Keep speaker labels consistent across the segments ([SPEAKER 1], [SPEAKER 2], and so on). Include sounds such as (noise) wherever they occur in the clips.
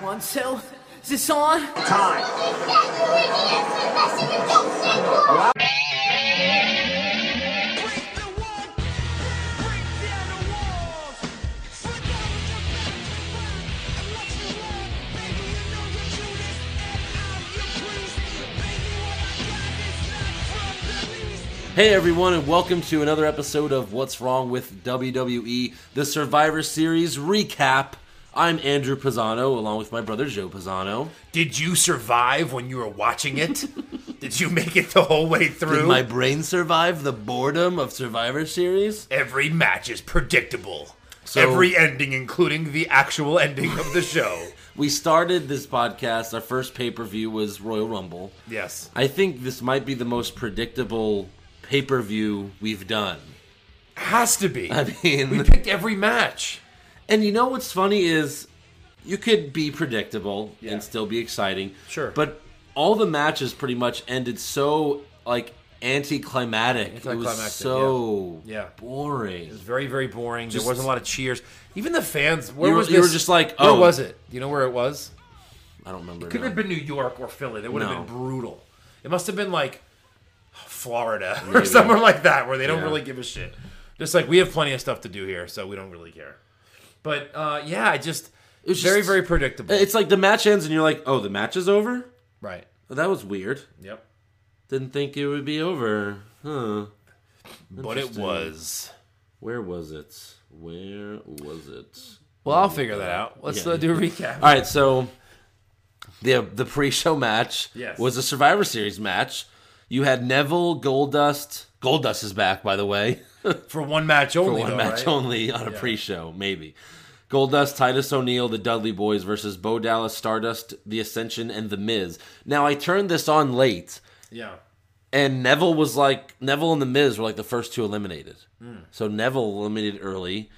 [SPEAKER 1] One cell? Is this on?
[SPEAKER 2] Hey everyone, and welcome to another episode of What's Wrong with WWE, the Survivor Series recap. I'm Andrew Pisano, along with my brother Joe Pisano.
[SPEAKER 3] Did you survive when you were
[SPEAKER 2] (laughs)
[SPEAKER 3] watching it? Did you make it the whole way through?
[SPEAKER 2] Did my brain survive the boredom of Survivor Series?
[SPEAKER 3] Every match is predictable.
[SPEAKER 2] So-
[SPEAKER 3] Every ending, including the actual ending of the
[SPEAKER 2] (laughs)
[SPEAKER 3] show.
[SPEAKER 2] We started this podcast, our first pay per view was Royal Rumble.
[SPEAKER 3] yes.
[SPEAKER 2] I think this might be the most predictable pay per view we've done. (laughs)
[SPEAKER 3] Has to be.
[SPEAKER 2] I
[SPEAKER 3] we
[SPEAKER 2] mean,
[SPEAKER 3] picked every match.
[SPEAKER 2] and you know what's funny is you could be predictable
[SPEAKER 3] Yeah.
[SPEAKER 2] and still be exciting.
[SPEAKER 3] Sure.
[SPEAKER 2] But all the matches pretty much ended so like anticlimactic. it
[SPEAKER 3] Anticlimactic,
[SPEAKER 2] was so
[SPEAKER 3] yeah. Yeah.
[SPEAKER 2] boring.
[SPEAKER 3] It was very, very boring. there wasn't a lot of cheers. Even the fans. Where
[SPEAKER 2] You were-
[SPEAKER 3] was
[SPEAKER 2] you were
[SPEAKER 3] this-
[SPEAKER 2] just like, oh.
[SPEAKER 3] Where was it? Do you know where it was?
[SPEAKER 2] I don't remember.
[SPEAKER 3] Couldn't
[SPEAKER 2] now.
[SPEAKER 3] have been New York or Philly. That would
[SPEAKER 2] No.
[SPEAKER 3] have been brutal. It must have been like Florida (laughs) or somewhere like that where they don't
[SPEAKER 2] Yeah.
[SPEAKER 3] really give a shit. Just like we have plenty of stuff to do here, so we don't really care. But uh, yeah, I just it
[SPEAKER 2] was
[SPEAKER 3] very
[SPEAKER 2] just-
[SPEAKER 3] very predictable.
[SPEAKER 2] It's like the match ends and you're like, oh, the match is over.
[SPEAKER 3] right.
[SPEAKER 2] Well, that was weird.
[SPEAKER 3] Yep.
[SPEAKER 2] Didn't think it would be over. Huh.
[SPEAKER 3] But it
[SPEAKER 2] Interesting.
[SPEAKER 3] was.
[SPEAKER 2] Where was it? Where was it?
[SPEAKER 3] Well, I'll figure that out. Let's
[SPEAKER 2] Yeah.
[SPEAKER 3] uh, do a recap.
[SPEAKER 2] All right, so the the pre-show match
[SPEAKER 3] Yes.
[SPEAKER 2] was a Survivor Series match. You had Neville, Goldust. Goldust is back, by the way, (laughs) for
[SPEAKER 3] For one match only.
[SPEAKER 2] one
[SPEAKER 3] though,
[SPEAKER 2] match
[SPEAKER 3] right?
[SPEAKER 2] only on a pre-show, maybe. Goldust, Titus O'Neil, the Dudley Boys versus Bo Dallas, Stardust, The Ascension, and The Miz. Now I turned this on late,
[SPEAKER 3] Yeah.
[SPEAKER 2] and Neville was like Neville and The Miz were like the first two eliminated.
[SPEAKER 3] Hmm.
[SPEAKER 2] So Neville eliminated early.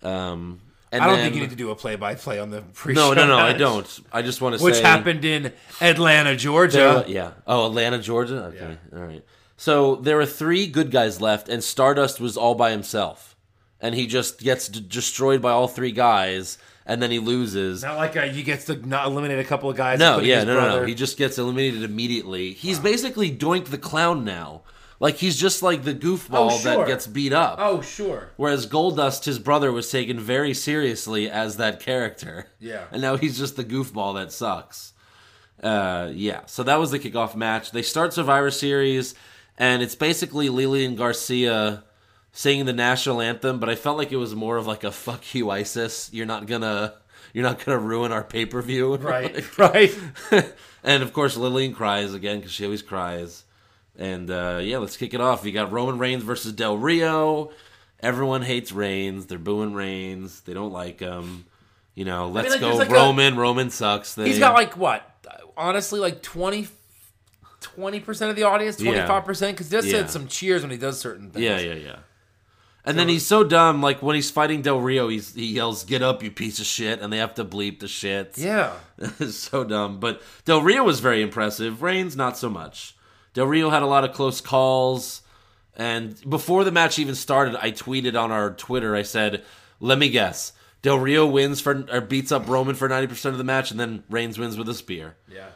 [SPEAKER 2] Um, and
[SPEAKER 3] I don't
[SPEAKER 2] then-
[SPEAKER 3] think you need to do a play by play on the pre
[SPEAKER 2] No, no, no, I don't. I just want to
[SPEAKER 3] Which
[SPEAKER 2] say
[SPEAKER 3] happened in Atlanta, Georgia.
[SPEAKER 2] There- yeah. Oh, Atlanta, Georgia. Okay. All right. So there are three good guys left, and Stardust was all by himself, and he just gets d- destroyed by all three guys, and then he loses.
[SPEAKER 3] Not like uh he gets to not eliminate a couple of guys.
[SPEAKER 2] No,
[SPEAKER 3] including
[SPEAKER 2] yeah,
[SPEAKER 3] his
[SPEAKER 2] no, no, no.
[SPEAKER 3] brother.
[SPEAKER 2] He just gets eliminated immediately. He's basically Doink the Clown now. Like he's just like the goofball
[SPEAKER 3] Oh, sure.
[SPEAKER 2] that gets beat up.
[SPEAKER 3] Oh, sure.
[SPEAKER 2] Whereas Goldust, his brother, was taken very seriously as that character.
[SPEAKER 3] Yeah.
[SPEAKER 2] And now he's just the goofball that sucks. Uh, yeah. So that was the kickoff match. They start Survivor Series, and it's basically Lillian Garcia singing the national anthem, but I felt like it was more of like a fuck you, ISIS. You're not gonna. You're not gonna ruin our pay per (laughs) view,
[SPEAKER 3] Right, right.
[SPEAKER 2] (laughs) and of course, Lillian cries again because she always cries. And uh, yeah, let's kick it off. You got Roman Reigns versus Del Rio. Everyone hates Reigns. They're booing Reigns. They don't like him. You know, let's
[SPEAKER 3] like,
[SPEAKER 2] go
[SPEAKER 3] there's like a-
[SPEAKER 2] Roman. Roman sucks. Thing.
[SPEAKER 3] He's got like what? Honestly, like 20 percent of the audience, twenty five percent, because this
[SPEAKER 2] Yeah.
[SPEAKER 3] said some cheers when he does certain things.
[SPEAKER 2] yeah, yeah, yeah. And then he's so dumb. Like when he's fighting Del Rio, he's, he yells, "Get up, you piece of shit!" And they have to bleep the shit.
[SPEAKER 3] yeah.
[SPEAKER 2] (laughs) It's so dumb. But Del Rio was very impressive. Reigns, not so much. Del Rio had a lot of close calls. And before the match even started, I tweeted on our Twitter, I said, let me guess. Del Rio wins for or beats up Roman for 90% of the match, and then Reigns wins with a spear.
[SPEAKER 3] Yeah.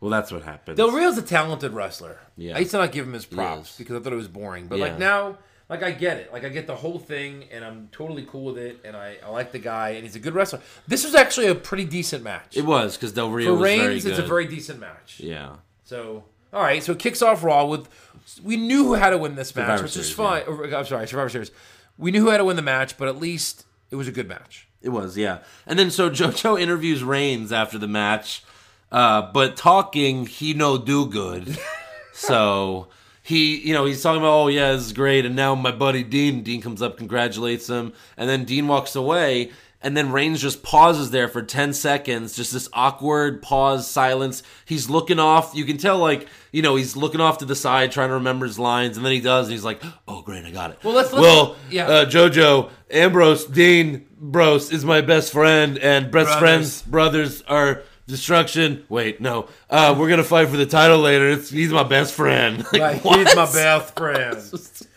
[SPEAKER 2] Well, that's what happened.
[SPEAKER 3] Del Rio's a talented wrestler.
[SPEAKER 2] Yeah.
[SPEAKER 3] I used to not give him his props
[SPEAKER 2] is.
[SPEAKER 3] because I thought it was boring, but
[SPEAKER 2] Yeah.
[SPEAKER 3] like now, like I get it. Like I get the whole thing, and I'm totally cool with it, and I, I like the guy, and he's a good wrestler. This was actually a pretty decent match.
[SPEAKER 2] it was because Del Rio
[SPEAKER 3] For
[SPEAKER 2] was very
[SPEAKER 3] Reigns,
[SPEAKER 2] good.
[SPEAKER 3] it's a very decent match.
[SPEAKER 2] yeah.
[SPEAKER 3] So, all right. So it kicks off Raw with we knew who had to win this match,
[SPEAKER 2] Survivor
[SPEAKER 3] which is
[SPEAKER 2] Series,
[SPEAKER 3] fine. or, I'm sorry, Survivor Series. We knew who had to win the match, but at least it was a good
[SPEAKER 2] (laughs)
[SPEAKER 3] match.
[SPEAKER 2] It was, yeah. And then so (laughs) JoJo interviews Reigns after the match, uh, but talking he no do
[SPEAKER 3] (laughs)
[SPEAKER 2] good. so he, you know, he's talking about, oh yeah, this is great. And now my buddy Dean, Dean comes up, congratulates him, and then Dean walks away. And then Reigns just pauses there for 10 seconds, just this awkward pause, silence. He's looking off. You can tell, like, you know, he's looking off to the side, trying to remember his lines. And then he does, and he's like, oh, great, I got it.
[SPEAKER 3] Well, let's- let's-
[SPEAKER 2] well
[SPEAKER 3] yeah.
[SPEAKER 2] uh, JoJo, Ambrose, Dean, Bros is my best friend, and best
[SPEAKER 3] Brothers.
[SPEAKER 2] friends, brothers are destruction. Wait, no. Uh, we're going to fight for the title later. It's, he's my best friend. (laughs) Like,
[SPEAKER 3] Like,
[SPEAKER 2] what?
[SPEAKER 3] he's my best friend.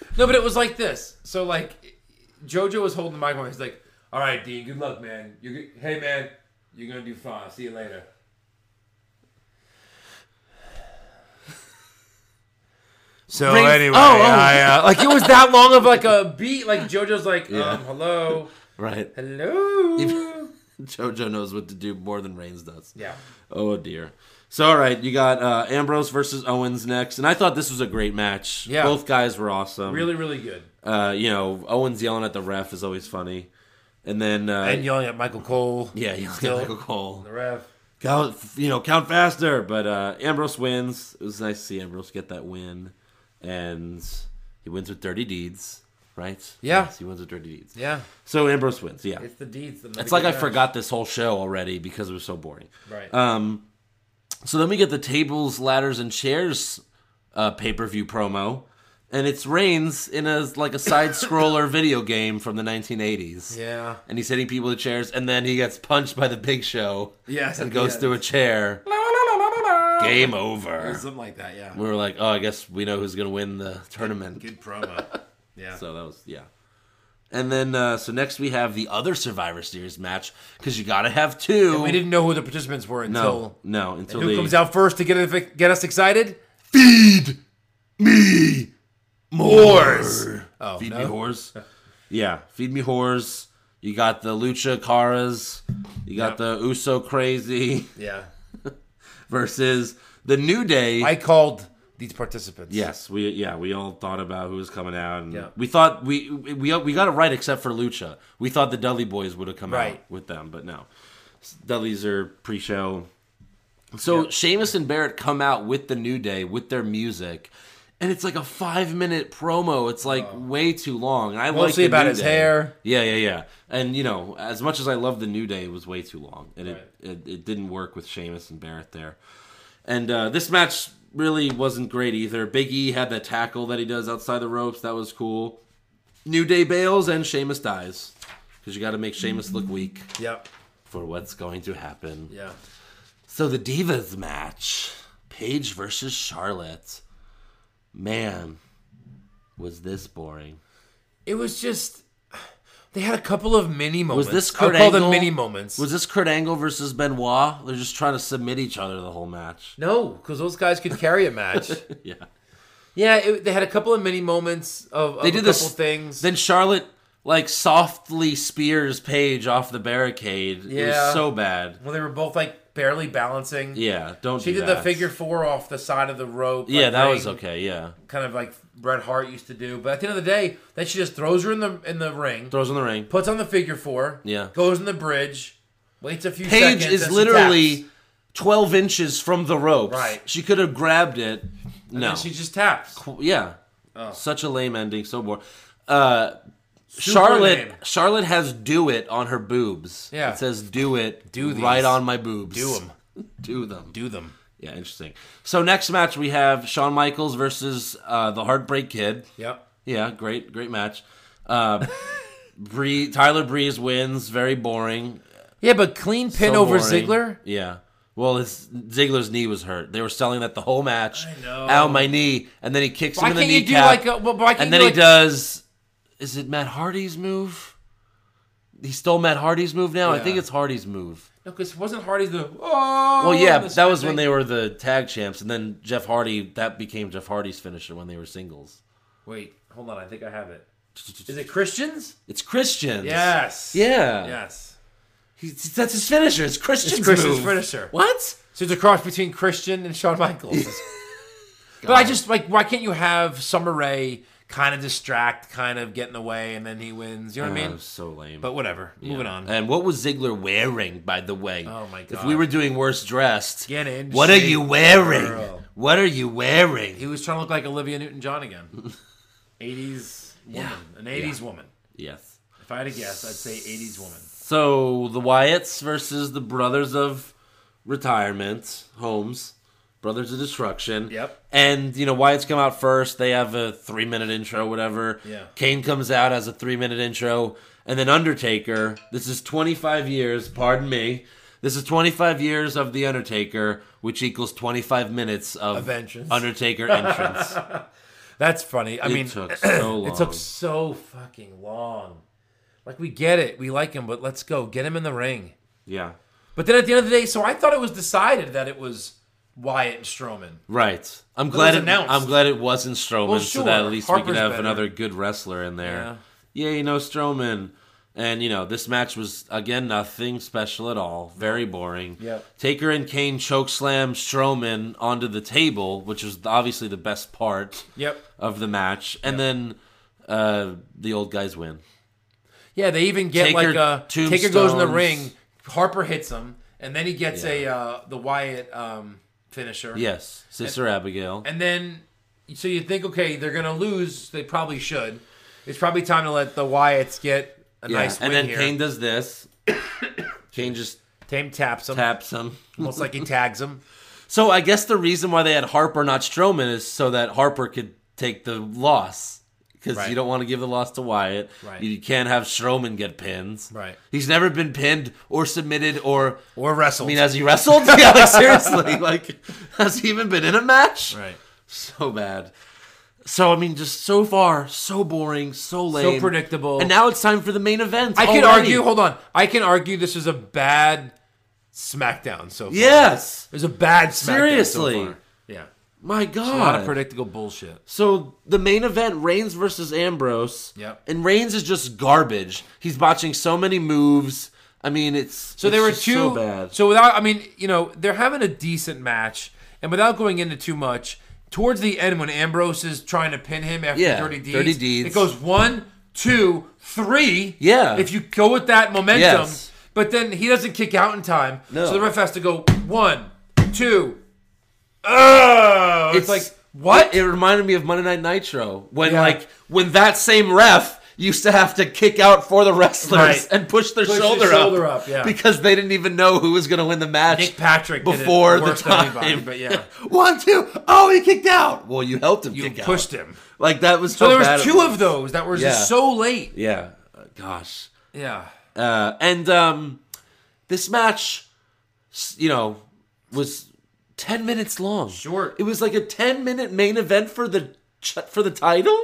[SPEAKER 2] (laughs)
[SPEAKER 3] no, but it was like this. So like, JoJo was holding the microphone. He's like, "All right, Dean, good luck, man. You, g- hey, man, you're gonna do fine. See
[SPEAKER 2] (sighs)
[SPEAKER 3] you later." So
[SPEAKER 2] Rings-
[SPEAKER 3] anyway,
[SPEAKER 2] oh, oh. (laughs)
[SPEAKER 3] I, uh, like it was that long of like a beat. Like JoJo's like, um, hello,
[SPEAKER 2] Right.
[SPEAKER 3] hello.
[SPEAKER 2] JoJo knows what to do more than Reigns does.
[SPEAKER 3] (laughs) yeah.
[SPEAKER 2] Oh dear. So all right, you got uh, Ambrose versus Owens next, and I thought this was a great match.
[SPEAKER 3] Yeah.
[SPEAKER 2] both guys were awesome.
[SPEAKER 3] Really, really good.
[SPEAKER 2] uh, you know, Owens yelling at the ref is always funny, and then uh,
[SPEAKER 3] And yelling at Michael Cole,
[SPEAKER 2] yeah, yelling at
[SPEAKER 3] Still.
[SPEAKER 2] Michael Cole,
[SPEAKER 3] the ref.
[SPEAKER 2] count, you know, count faster. But uh, Ambrose wins. It was nice to see Ambrose get that win, and he wins with dirty deeds, right?
[SPEAKER 3] Yeah.
[SPEAKER 2] yes, he wins with dirty deeds.
[SPEAKER 3] Yeah,
[SPEAKER 2] So Ambrose wins. Yeah,
[SPEAKER 3] it's the deeds. The
[SPEAKER 2] it's like I forgot this whole show already because it was so boring.
[SPEAKER 3] Right.
[SPEAKER 2] Um, so then we get the tables, ladders, and chairs uh, pay per view promo, and it's Reigns in a like a side
[SPEAKER 3] (laughs)
[SPEAKER 2] scroller video game from the 1980s.
[SPEAKER 3] yeah.
[SPEAKER 2] And he's hitting people with chairs, and then he gets punched by the Big Show.
[SPEAKER 3] Yes,
[SPEAKER 2] and
[SPEAKER 3] at
[SPEAKER 2] goes
[SPEAKER 3] the
[SPEAKER 2] through a chair. Game over.
[SPEAKER 3] Something like that, yeah.
[SPEAKER 2] We were like, oh, I guess we know who's gonna win the tournament.
[SPEAKER 3] Good promo. Yeah.
[SPEAKER 2] So that was yeah. And then uh, so next we have the other Survivor Series match because you gotta have two.
[SPEAKER 3] (laughs) we didn't know who the participants were until.
[SPEAKER 2] no, no, until
[SPEAKER 3] Who
[SPEAKER 2] the
[SPEAKER 3] comes out first to get, it- get us excited?
[SPEAKER 2] feed me
[SPEAKER 3] whores. Oh,
[SPEAKER 2] Feed
[SPEAKER 3] no.
[SPEAKER 2] me whores. Yeah, feed me whores. You got the Lucha Caras. You got
[SPEAKER 3] Yep.
[SPEAKER 2] the Uso Crazy
[SPEAKER 3] Yeah.
[SPEAKER 2] versus the New Day.
[SPEAKER 3] I called these participants.
[SPEAKER 2] yes, we yeah we all thought about who was coming out. And
[SPEAKER 3] Yeah.
[SPEAKER 2] we thought we, we we we got it right except for Lucha. We thought the Dudley Boys would have come out
[SPEAKER 3] Right.
[SPEAKER 2] with them, but no. Dudleys are pre-show. So Sheamus and Barrett come out with the New Day with their music, and it's like a five-minute promo. It's like way too long. And I like
[SPEAKER 3] Oh. Mostly
[SPEAKER 2] the
[SPEAKER 3] about
[SPEAKER 2] New
[SPEAKER 3] his
[SPEAKER 2] Day.
[SPEAKER 3] hair.
[SPEAKER 2] Yeah, yeah, yeah. And you know, as much as I love the New Day, it was way too long, and it, it it didn't work with Sheamus and Barrett there. And uh, this match really wasn't great either. Big E had that tackle that he does outside the ropes. That was cool. New Day bails and Sheamus dies because you got to make Sheamus look weak
[SPEAKER 3] Yep.
[SPEAKER 2] for what's going to happen.
[SPEAKER 3] Yeah.
[SPEAKER 2] So the Divas match, Paige versus Charlotte. Man, was this boring?
[SPEAKER 3] It was just. They had a couple of mini moments.
[SPEAKER 2] Was this
[SPEAKER 3] I
[SPEAKER 2] Kurt
[SPEAKER 3] call them
[SPEAKER 2] Angle-
[SPEAKER 3] mini moments.
[SPEAKER 2] Was this Kurt Angle versus Benoit? They're just trying to submit each other the whole match.
[SPEAKER 3] no, because those guys could carry a match.
[SPEAKER 2] (laughs) Yeah.
[SPEAKER 3] yeah, it, they had a couple of mini moments of, of
[SPEAKER 2] They
[SPEAKER 3] a
[SPEAKER 2] did
[SPEAKER 3] couple
[SPEAKER 2] this
[SPEAKER 3] things.
[SPEAKER 2] Then Charlotte like softly spears Paige off the barricade. It was
[SPEAKER 3] Yeah.
[SPEAKER 2] so bad.
[SPEAKER 3] well, they were both like barely balancing.
[SPEAKER 2] Yeah, don't
[SPEAKER 3] She
[SPEAKER 2] do
[SPEAKER 3] did
[SPEAKER 2] that.
[SPEAKER 3] the figure four off the side of the rope.
[SPEAKER 2] Yeah,
[SPEAKER 3] like,
[SPEAKER 2] that was
[SPEAKER 3] ring.
[SPEAKER 2] okay. Yeah.
[SPEAKER 3] kind of like Bret Hart used to do. But at the end of the day, then she just throws her in the in the ring,
[SPEAKER 2] Throws in the ring.
[SPEAKER 3] puts on the figure four,
[SPEAKER 2] Yeah.
[SPEAKER 3] goes in the bridge, waits a few seconds.
[SPEAKER 2] Paige is
[SPEAKER 3] and she
[SPEAKER 2] literally
[SPEAKER 3] taps.
[SPEAKER 2] 12 inches from the ropes.
[SPEAKER 3] Right.
[SPEAKER 2] She could have grabbed it. No.
[SPEAKER 3] and she just taps.
[SPEAKER 2] yeah. Such a lame ending. So boring. Uh,
[SPEAKER 3] Oh. Super
[SPEAKER 2] Charlotte
[SPEAKER 3] lame.
[SPEAKER 2] Charlotte has do it on her boobs.
[SPEAKER 3] Yeah.
[SPEAKER 2] It says do it
[SPEAKER 3] Do these.
[SPEAKER 2] right on my boobs.
[SPEAKER 3] do them,
[SPEAKER 2] Do them.
[SPEAKER 3] do them.
[SPEAKER 2] Yeah, interesting. So next match we have Shawn Michaels versus uh, the Heartbreak Kid.
[SPEAKER 3] Yep.
[SPEAKER 2] Yeah, great, great match.
[SPEAKER 3] (laughs)
[SPEAKER 2] Uh, Bree, Tyler Breeze wins. Very boring.
[SPEAKER 3] Yeah, but clean pin
[SPEAKER 2] So
[SPEAKER 3] over
[SPEAKER 2] boring.
[SPEAKER 3] Ziggler.
[SPEAKER 2] Yeah. Well, his Ziggler's knee was hurt. They were selling that the whole match.
[SPEAKER 3] I know.
[SPEAKER 2] Ow, my knee! And then he kicks
[SPEAKER 3] Why
[SPEAKER 2] him in
[SPEAKER 3] can't
[SPEAKER 2] the
[SPEAKER 3] you do
[SPEAKER 2] kneecap.
[SPEAKER 3] like a? Well, why can't
[SPEAKER 2] and then
[SPEAKER 3] you
[SPEAKER 2] he
[SPEAKER 3] do like,
[SPEAKER 2] does. Is it Matt Hardy's move? He stole Matt Hardy's move. Now I
[SPEAKER 3] Yeah.
[SPEAKER 2] think it's Hardy's move.
[SPEAKER 3] no? Because wasn't Hardy's the? Oh,
[SPEAKER 2] Well, yeah,
[SPEAKER 3] and the
[SPEAKER 2] that was when
[SPEAKER 3] thing.
[SPEAKER 2] they were the tag champs, and then Jeff Hardy that became Jeff Hardy's finisher when they were singles.
[SPEAKER 3] Wait, hold on. I think I have it. Is it Christians?
[SPEAKER 2] It's Christian.
[SPEAKER 3] Yes.
[SPEAKER 2] Yeah.
[SPEAKER 3] Yes.
[SPEAKER 2] He's- that's his finisher. It's Christian's,
[SPEAKER 3] It's Christian's
[SPEAKER 2] move.
[SPEAKER 3] finisher.
[SPEAKER 2] What?
[SPEAKER 3] So it's a cross between Christian and Shawn Michaels. but I just like, why can't you have Summer Rae kind of distract, kind of get in the way, and then he wins? You know what I
[SPEAKER 2] That
[SPEAKER 3] mean?
[SPEAKER 2] was Oh, so lame.
[SPEAKER 3] But whatever. Moving on.
[SPEAKER 2] And what was Ziggler wearing, by the way?
[SPEAKER 3] Oh, my
[SPEAKER 2] If
[SPEAKER 3] God.
[SPEAKER 2] we were doing worse dressed,
[SPEAKER 3] Get in
[SPEAKER 2] what are
[SPEAKER 3] shape,
[SPEAKER 2] you wearing?
[SPEAKER 3] girl.
[SPEAKER 2] What are you wearing?
[SPEAKER 3] he was trying to
[SPEAKER 2] (laughs)
[SPEAKER 3] look like Olivia Newton John again. 80s woman.
[SPEAKER 2] Yeah.
[SPEAKER 3] An 80s woman.
[SPEAKER 2] yes.
[SPEAKER 3] If I had to guess, I'd say 80s woman.
[SPEAKER 2] So the Wyatts versus the Brothers of Retirement Homes, Brothers of Destruction.
[SPEAKER 3] Yep.
[SPEAKER 2] And you know Wyatts come out first. They have a three minute intro, whatever.
[SPEAKER 3] Yeah.
[SPEAKER 2] Kane comes out has a three minute intro, and then Undertaker. This is twenty five years. Pardon me. This is twenty five years of the Undertaker, which equals twenty five minutes of
[SPEAKER 3] Of entrance. (laughs)
[SPEAKER 2] Undertaker entrance.
[SPEAKER 3] That's funny. I
[SPEAKER 2] It
[SPEAKER 3] mean, (clears throat)
[SPEAKER 2] took so
[SPEAKER 3] it took
[SPEAKER 2] long.
[SPEAKER 3] so fucking long. Like we get it, we like him, but let's go get him in the ring.
[SPEAKER 2] yeah.
[SPEAKER 3] But then at the end of the day, so I thought it was decided that it was Wyatt and Strowman.
[SPEAKER 2] Right. I'm glad
[SPEAKER 3] was
[SPEAKER 2] it,
[SPEAKER 3] announced.
[SPEAKER 2] I'm glad it wasn't Strowman
[SPEAKER 3] Well,
[SPEAKER 2] so that at
[SPEAKER 3] sure.
[SPEAKER 2] least we
[SPEAKER 3] Harper's
[SPEAKER 2] could have
[SPEAKER 3] better.
[SPEAKER 2] another good wrestler in there. Yeah. you know Strowman. And you know, this match was again nothing special at all. Very boring.
[SPEAKER 3] Yep.
[SPEAKER 2] Taker and Kane choke slam Strowman onto the table, which was obviously the best part
[SPEAKER 3] Yep.
[SPEAKER 2] of the match. And then uh, the old guys win.
[SPEAKER 3] Yeah, they even get
[SPEAKER 2] Taker
[SPEAKER 3] like a Taker goes in the
[SPEAKER 2] tombstones.
[SPEAKER 3] ring, Harper hits him, and then he gets a uh, the Wyatt um, finisher.
[SPEAKER 2] Yes. Sister Abigail.
[SPEAKER 3] And then, so you think, okay, they're gonna lose. They probably should. It's probably time to let the Wyatts get a
[SPEAKER 2] Yeah.
[SPEAKER 3] nice win
[SPEAKER 2] and then
[SPEAKER 3] here.
[SPEAKER 2] Kane does
[SPEAKER 3] (coughs)
[SPEAKER 2] this. Kane just
[SPEAKER 3] Tame taps him,
[SPEAKER 2] taps him.
[SPEAKER 3] almost like he tags him.
[SPEAKER 2] So I guess the reason why they had Harper not Strowman is so that Harper could take the loss because
[SPEAKER 3] Right.
[SPEAKER 2] you don't want to give the loss to Wyatt.
[SPEAKER 3] Right.
[SPEAKER 2] You can't have Strowman get pins.
[SPEAKER 3] Right.
[SPEAKER 2] He's never been pinned or submitted or.
[SPEAKER 3] Or
[SPEAKER 2] I
[SPEAKER 3] wrestled.
[SPEAKER 2] mean, has he wrestled? (laughs) yeah, like seriously, (laughs) like has he even been in a match?
[SPEAKER 3] right.
[SPEAKER 2] So bad. So I mean, just so far, so boring, so lame,
[SPEAKER 3] predictable.
[SPEAKER 2] And now it's time for the main event.
[SPEAKER 3] I can
[SPEAKER 2] already.
[SPEAKER 3] argue. Hold on. I can argue this is a bad SmackDown so far.
[SPEAKER 2] Yes.
[SPEAKER 3] It was a bad SmackDown
[SPEAKER 2] Seriously.
[SPEAKER 3] So far. Yeah.
[SPEAKER 2] My God.
[SPEAKER 3] A lot of predictable bullshit.
[SPEAKER 2] So the main event, Reigns versus Ambrose.
[SPEAKER 3] Yep.
[SPEAKER 2] And Reigns is just garbage. He's botching so many moves. I mean, it's
[SPEAKER 3] So there were two.
[SPEAKER 2] so bad.
[SPEAKER 3] so without, I mean, you know, they're having a decent match, and without going into too much, towards the end when Ambrose is trying to pin him after
[SPEAKER 2] Yeah,
[SPEAKER 3] Dirty Deeds,
[SPEAKER 2] 30 deeds.
[SPEAKER 3] it goes one, two, three.
[SPEAKER 2] Yeah.
[SPEAKER 3] If you go with that momentum,
[SPEAKER 2] Yes.
[SPEAKER 3] but then he doesn't kick out in time,
[SPEAKER 2] No.
[SPEAKER 3] so the ref has to go one, two. Oh, it's, like what?
[SPEAKER 2] It, it reminded me of Monday Night Nitro when,
[SPEAKER 3] Yeah.
[SPEAKER 2] like, when that same ref used to have to kick out for the wrestlers
[SPEAKER 3] Right.
[SPEAKER 2] and push their
[SPEAKER 3] Push the
[SPEAKER 2] shoulder,
[SPEAKER 3] shoulder
[SPEAKER 2] up,
[SPEAKER 3] up, yeah.
[SPEAKER 2] because they didn't even know who was going to win the match.
[SPEAKER 3] Nick Patrick did it
[SPEAKER 2] before the
[SPEAKER 3] worse than
[SPEAKER 2] time,
[SPEAKER 3] anybody,
[SPEAKER 2] (laughs)
[SPEAKER 3] but yeah.
[SPEAKER 2] one, two, oh, he kicked out. Well, you helped him.
[SPEAKER 3] you
[SPEAKER 2] kick
[SPEAKER 3] pushed
[SPEAKER 2] out.
[SPEAKER 3] him.
[SPEAKER 2] Like that was
[SPEAKER 3] So
[SPEAKER 2] how
[SPEAKER 3] there
[SPEAKER 2] bad
[SPEAKER 3] was
[SPEAKER 2] it
[SPEAKER 3] two of those that were
[SPEAKER 2] Yeah.
[SPEAKER 3] just so late.
[SPEAKER 2] Yeah, Uh, gosh.
[SPEAKER 3] Yeah.
[SPEAKER 2] Uh, and um, this match, s- you know, was ten minutes long.
[SPEAKER 3] Short.
[SPEAKER 2] It was like a ten minute main event for the ch- for the title.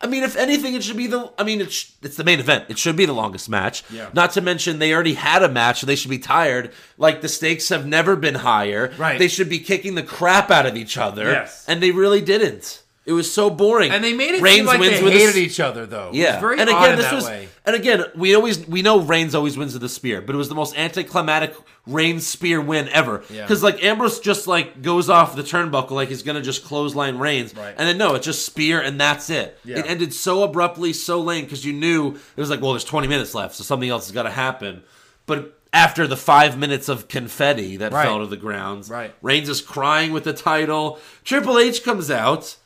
[SPEAKER 2] I mean, if anything, it should be the. I mean, it's it's the main event. It should be the longest match.
[SPEAKER 3] Yeah.
[SPEAKER 2] Not to mention they already had a match, so they should be tired. Like the stakes have never been higher.
[SPEAKER 3] Right.
[SPEAKER 2] They should be kicking the crap out of each other.
[SPEAKER 3] Yes.
[SPEAKER 2] And they really didn't. It was so boring.
[SPEAKER 3] And they made it
[SPEAKER 2] Reigns
[SPEAKER 3] seem like
[SPEAKER 2] wins
[SPEAKER 3] they
[SPEAKER 2] with a
[SPEAKER 3] hated
[SPEAKER 2] s-
[SPEAKER 3] each other, though.
[SPEAKER 2] yeah,
[SPEAKER 3] it was very
[SPEAKER 2] and
[SPEAKER 3] odd
[SPEAKER 2] again,
[SPEAKER 3] in
[SPEAKER 2] this
[SPEAKER 3] that
[SPEAKER 2] was,
[SPEAKER 3] way.
[SPEAKER 2] and again, we always we know Reigns always wins with the spear, but it was the most anticlimactic Reigns spear win ever.
[SPEAKER 3] Yeah.
[SPEAKER 2] Because like Ambrose just like goes off the turnbuckle, like he's gonna just clothesline Reigns,
[SPEAKER 3] Right.
[SPEAKER 2] and then no, it's just spear, and that's it.
[SPEAKER 3] Yeah.
[SPEAKER 2] It ended so abruptly, so lame, because you knew it was like, well, there's 20 minutes left, so something else has got to happen, but. After the five minutes of confetti that
[SPEAKER 3] Right.
[SPEAKER 2] fell to the ground,
[SPEAKER 3] Right.
[SPEAKER 2] Reigns is crying with the title. Triple H comes out,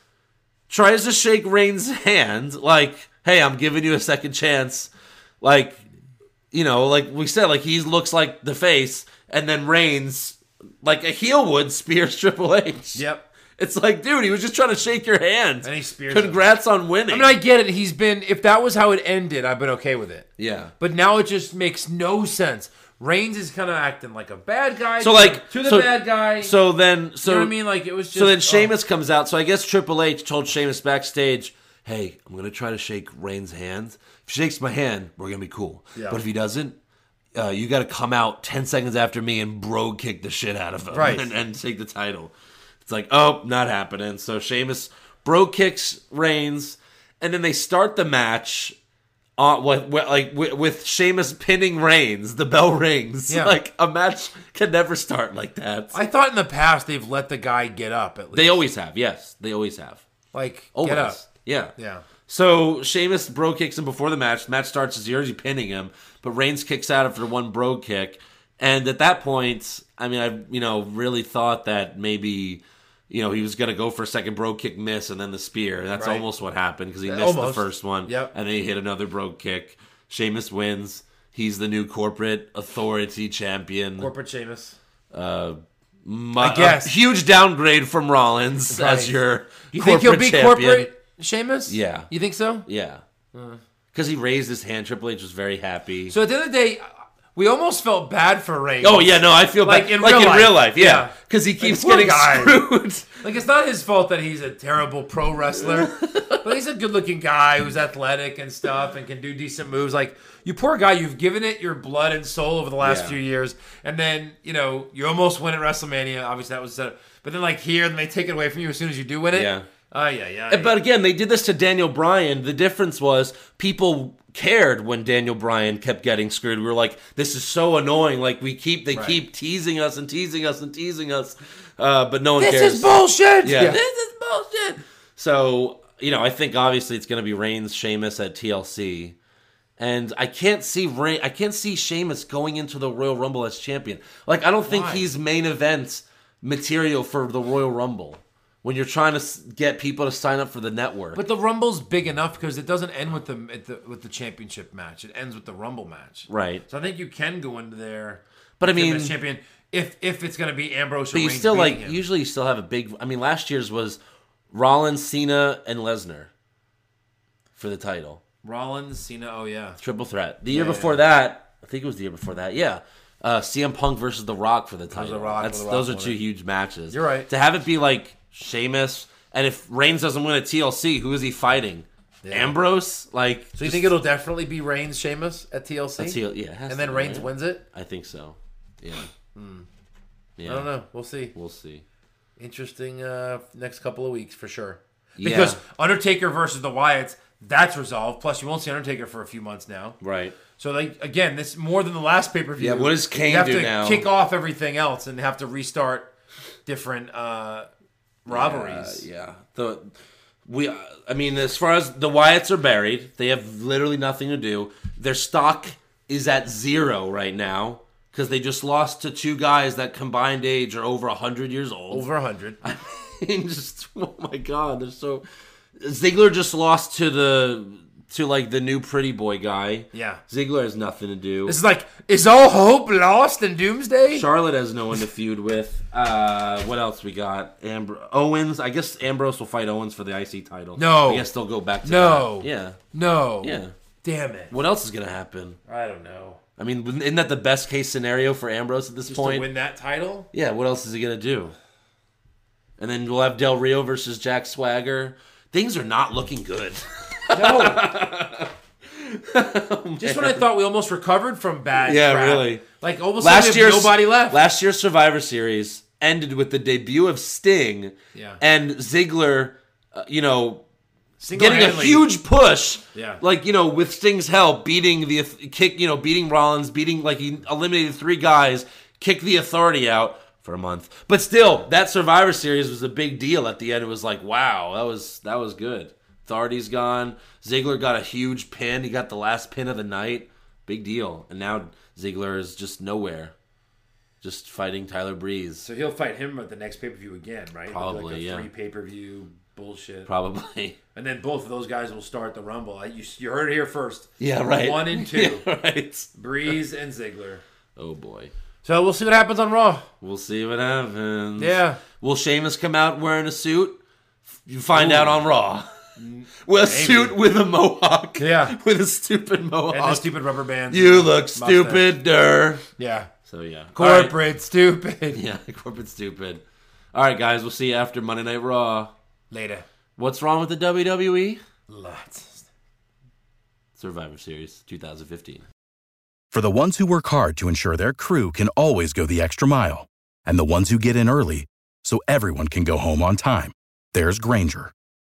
[SPEAKER 2] tries to shake Reigns' hand, like, "Hey, I'm giving you a second chance." Like, you know, like we said, like he looks like the face, and then Reigns, like a heel would, spears (laughs) Triple H.
[SPEAKER 3] Yep.
[SPEAKER 2] It's like, dude, he was just trying to shake your hand.
[SPEAKER 3] And he spears him.
[SPEAKER 2] Congrats on winning.
[SPEAKER 3] I mean, I get it. He's been. If that was how it ended, I've been okay with it.
[SPEAKER 2] yeah.
[SPEAKER 3] But now it just makes no sense. Reigns is kind of acting like a bad guy.
[SPEAKER 2] So
[SPEAKER 3] to-
[SPEAKER 2] like
[SPEAKER 3] to the
[SPEAKER 2] so-
[SPEAKER 3] bad guy.
[SPEAKER 2] So then, so
[SPEAKER 3] you know what I mean? Like it was. just...
[SPEAKER 2] so then
[SPEAKER 3] oh.
[SPEAKER 2] Sheamus comes out. So I guess Triple H told Sheamus backstage, "Hey, I'm gonna try to shake Reigns' hand. If he shakes my hand, we're gonna be cool.
[SPEAKER 3] Yeah.
[SPEAKER 2] But if he doesn't, uh, you got to come out ten seconds after me and bro kick the shit out of him
[SPEAKER 3] Right.
[SPEAKER 2] (laughs) and, and take the title." It's like, oh, not happening. So Sheamus bro kicks Reigns, and then they start the match. On, with, with, like with, with Sheamus pinning Reigns, the bell rings. (laughs)
[SPEAKER 3] Yeah.
[SPEAKER 2] Like a match can never start like that.
[SPEAKER 3] I thought in the past they've let the guy get up at least.
[SPEAKER 2] They always have. Yes, they always have.
[SPEAKER 3] like
[SPEAKER 2] Always.
[SPEAKER 3] get up.
[SPEAKER 2] Yeah.
[SPEAKER 3] Yeah.
[SPEAKER 2] So Sheamus bro kicks him before the match. Match starts as he's already pinning him, but Reigns kicks out after one bro kick. And at that point, I mean, I you know really thought that maybe you know he was gonna go for a second bro kick miss and then the spear. That's
[SPEAKER 3] Right. Uh,
[SPEAKER 2] almost what happened because he missed
[SPEAKER 3] Almost.
[SPEAKER 2] the first one.
[SPEAKER 3] Yep.
[SPEAKER 2] And then he hit another bro kick. Sheamus wins. He's the new corporate authority champion.
[SPEAKER 3] Corporate Sheamus.
[SPEAKER 2] uh, my,
[SPEAKER 3] I guess.
[SPEAKER 2] a huge downgrade from Rollins
[SPEAKER 3] Right.
[SPEAKER 2] as your.
[SPEAKER 3] You think he'll be
[SPEAKER 2] champion.
[SPEAKER 3] corporate Sheamus?
[SPEAKER 2] Yeah.
[SPEAKER 3] You think so?
[SPEAKER 2] Yeah. Because he raised his hand. Triple H was very happy.
[SPEAKER 3] Uh-huh. So at the end of the day, we almost felt bad for Reigns.
[SPEAKER 2] oh, yeah, no, I feel
[SPEAKER 3] Like
[SPEAKER 2] like,
[SPEAKER 3] in
[SPEAKER 2] in, like
[SPEAKER 3] real
[SPEAKER 2] in
[SPEAKER 3] life.
[SPEAKER 2] real life. Yeah.
[SPEAKER 3] Yeah.
[SPEAKER 2] Because he keeps
[SPEAKER 3] poor
[SPEAKER 2] getting (laughs)
[SPEAKER 3] guy.
[SPEAKER 2] screwed.
[SPEAKER 3] Like it's not his fault that he's a terrible pro
[SPEAKER 2] (laughs)
[SPEAKER 3] wrestler, but he's a good-looking guy who's athletic and stuff and can do decent moves. Like you, poor guy, you've given it your blood and soul over the last
[SPEAKER 2] Yeah.
[SPEAKER 3] few years, and then you know you almost win at WrestleMania. Obviously, that was set up, but then like here, then they take it away from you as soon as you do win it.
[SPEAKER 2] Yeah.
[SPEAKER 3] Oh yeah, yeah.
[SPEAKER 2] But again, they did this to Daniel Bryan. The difference was people cared when Daniel Bryan kept getting screwed. We were like, "This is so annoying." Like we keep they keep teasing us and teasing us and teasing us, uh, but no one
[SPEAKER 3] this
[SPEAKER 2] cares.
[SPEAKER 3] is bullshit.
[SPEAKER 2] Yeah.
[SPEAKER 3] This is bullshit.
[SPEAKER 2] So you know, I think obviously it's going to be Reigns, Sheamus at TLC, and I can't see Reign. I can't see Sheamus going into the Royal Rumble as champion. Like I don't think
[SPEAKER 3] Why?
[SPEAKER 2] he's main event material for the Royal Rumble. When you're trying to s- get people to sign up for the network,
[SPEAKER 3] But the Rumble's big enough because it doesn't end with the, at the with the championship match. It ends with the Rumble match.
[SPEAKER 2] right?
[SPEAKER 3] So I think you can go into there.
[SPEAKER 2] But I
[SPEAKER 3] him
[SPEAKER 2] mean-
[SPEAKER 3] as champion, if if it's going to be Ambrose, or
[SPEAKER 2] But you
[SPEAKER 3] Reigns
[SPEAKER 2] still
[SPEAKER 3] beating
[SPEAKER 2] like
[SPEAKER 3] him.
[SPEAKER 2] usually you still have a big. I mean, last year's was Rollins, Cena, and Lesnar for the title,
[SPEAKER 3] Rollins, Cena. Oh yeah,
[SPEAKER 2] triple threat. The year before that, I think it was the year before that. Yeah, uh, CM Punk versus The Rock for the title.
[SPEAKER 3] Rock,
[SPEAKER 2] That's,
[SPEAKER 3] The Rock
[SPEAKER 2] those are
[SPEAKER 3] won
[SPEAKER 2] two
[SPEAKER 3] it.
[SPEAKER 2] huge matches.
[SPEAKER 3] You're right.
[SPEAKER 2] To have it be like Sheamus, and if Reigns doesn't win at TLC, who is he fighting? Ambrose, like
[SPEAKER 3] So you think it'll definitely be Reigns, Sheamus at TLC,
[SPEAKER 2] yeah, it has
[SPEAKER 3] and
[SPEAKER 2] to
[SPEAKER 3] then
[SPEAKER 2] be,
[SPEAKER 3] Reigns
[SPEAKER 2] right?
[SPEAKER 3] wins it?
[SPEAKER 2] I think so. Yeah,
[SPEAKER 3] I don't know. We'll see.
[SPEAKER 2] we'll see.
[SPEAKER 3] Interesting uh, next couple of weeks for sure.
[SPEAKER 2] Yeah.
[SPEAKER 3] Because Undertaker versus the Wyatts, that's resolved. Plus, you won't see Undertaker for a few months now.
[SPEAKER 2] Right.
[SPEAKER 3] So like again, this more than the last pay per view.
[SPEAKER 2] Yeah, what does Kane
[SPEAKER 3] you have
[SPEAKER 2] do
[SPEAKER 3] to
[SPEAKER 2] now?
[SPEAKER 3] Kick off everything else and have to restart different uh, robberies.
[SPEAKER 2] Uh, yeah. The we uh, I mean as far as the Wyatts are buried, they have literally nothing to do. Their stock is at zero right now cuz they just lost to two guys that combined age are over 100 years old.
[SPEAKER 3] Over a hundred.
[SPEAKER 2] (laughs) And just oh my god, they're so Ziggler just lost to the to like the new pretty boy guy.
[SPEAKER 3] Yeah.
[SPEAKER 2] Ziggler has nothing to do.
[SPEAKER 3] This is like, is all hope lost in Doomsday?
[SPEAKER 2] Charlotte has no one to feud with. Uh, what else we got? Ambr- Owens. I guess Ambrose will fight Owens for the IC title.
[SPEAKER 3] No.
[SPEAKER 2] I guess they'll go back to
[SPEAKER 3] No.
[SPEAKER 2] that. Yeah.
[SPEAKER 3] No.
[SPEAKER 2] Yeah.
[SPEAKER 3] Damn it.
[SPEAKER 2] What else is gonna happen?
[SPEAKER 3] I don't know.
[SPEAKER 2] I mean, isn't that the best case scenario for Ambrose at this
[SPEAKER 3] Just
[SPEAKER 2] point?
[SPEAKER 3] to win
[SPEAKER 2] (laughs)
[SPEAKER 3] that title?
[SPEAKER 2] Yeah. What else is he gonna do? And then we'll have Del Rio versus Jack Swagger. Things are not looking
[SPEAKER 3] (laughs)
[SPEAKER 2] good.
[SPEAKER 3] No. Just when I thought we almost recovered from bad.
[SPEAKER 2] Yeah,
[SPEAKER 3] crap.
[SPEAKER 2] really.
[SPEAKER 3] Like almost
[SPEAKER 2] last
[SPEAKER 3] last year,
[SPEAKER 2] year's
[SPEAKER 3] nobody left.
[SPEAKER 2] Last year's Survivor Series ended with the debut of Sting.
[SPEAKER 3] Yeah.
[SPEAKER 2] And Ziggler, uh, you know, getting a
[SPEAKER 3] Single-handedly-
[SPEAKER 2] huge push.
[SPEAKER 3] Yeah.
[SPEAKER 2] Like, you know, with Sting's help, beating the kick, you know, beating Rollins, beating like he eliminated three guys, kicked the authority out for a month. But still, that Survivor series was a big deal at the end. It was like, wow, that was that was good. Authority's gone. Ziggler got a huge pin. He got the last pin of the night. Big deal. And now Ziggler is just nowhere. Just fighting Tyler Breeze.
[SPEAKER 3] So he'll fight him at the next pay per view again, right? It'll be
[SPEAKER 2] Probably,
[SPEAKER 3] Like a
[SPEAKER 2] yeah.
[SPEAKER 3] Three pay per view bullshit.
[SPEAKER 2] Probably.
[SPEAKER 3] And then both of those guys will start the Rumble. I- You, you heard it here first.
[SPEAKER 2] Yeah, right. (laughs)
[SPEAKER 3] One and two.
[SPEAKER 2] Yeah, right.
[SPEAKER 3] Breeze and Ziggler.
[SPEAKER 2] Oh boy.
[SPEAKER 3] So we'll see what happens on Raw.
[SPEAKER 2] We'll see what happens.
[SPEAKER 3] Yeah.
[SPEAKER 2] Will Sheamus come out wearing a suit? You find out on Raw. well, a suit with a mohawk.
[SPEAKER 3] Mm, Yeah.
[SPEAKER 2] (laughs) With a stupid
[SPEAKER 3] And
[SPEAKER 2] mohawk.
[SPEAKER 3] the stupid rubber bands.
[SPEAKER 2] you look stupid, der.
[SPEAKER 3] Yeah.
[SPEAKER 2] So, yeah.
[SPEAKER 3] Corporate (laughs) stupid.
[SPEAKER 2] Yeah, (laughs) corporate stupid. All right, guys, we'll see you after Monday Night Raw.
[SPEAKER 3] Later.
[SPEAKER 2] What's wrong with the WWE?
[SPEAKER 3] Lots.
[SPEAKER 2] Survivor Series 2015.
[SPEAKER 4] For the ones who work hard to ensure their crew can always go the extra mile, and the ones who get in early so everyone can go home on time, there's Granger,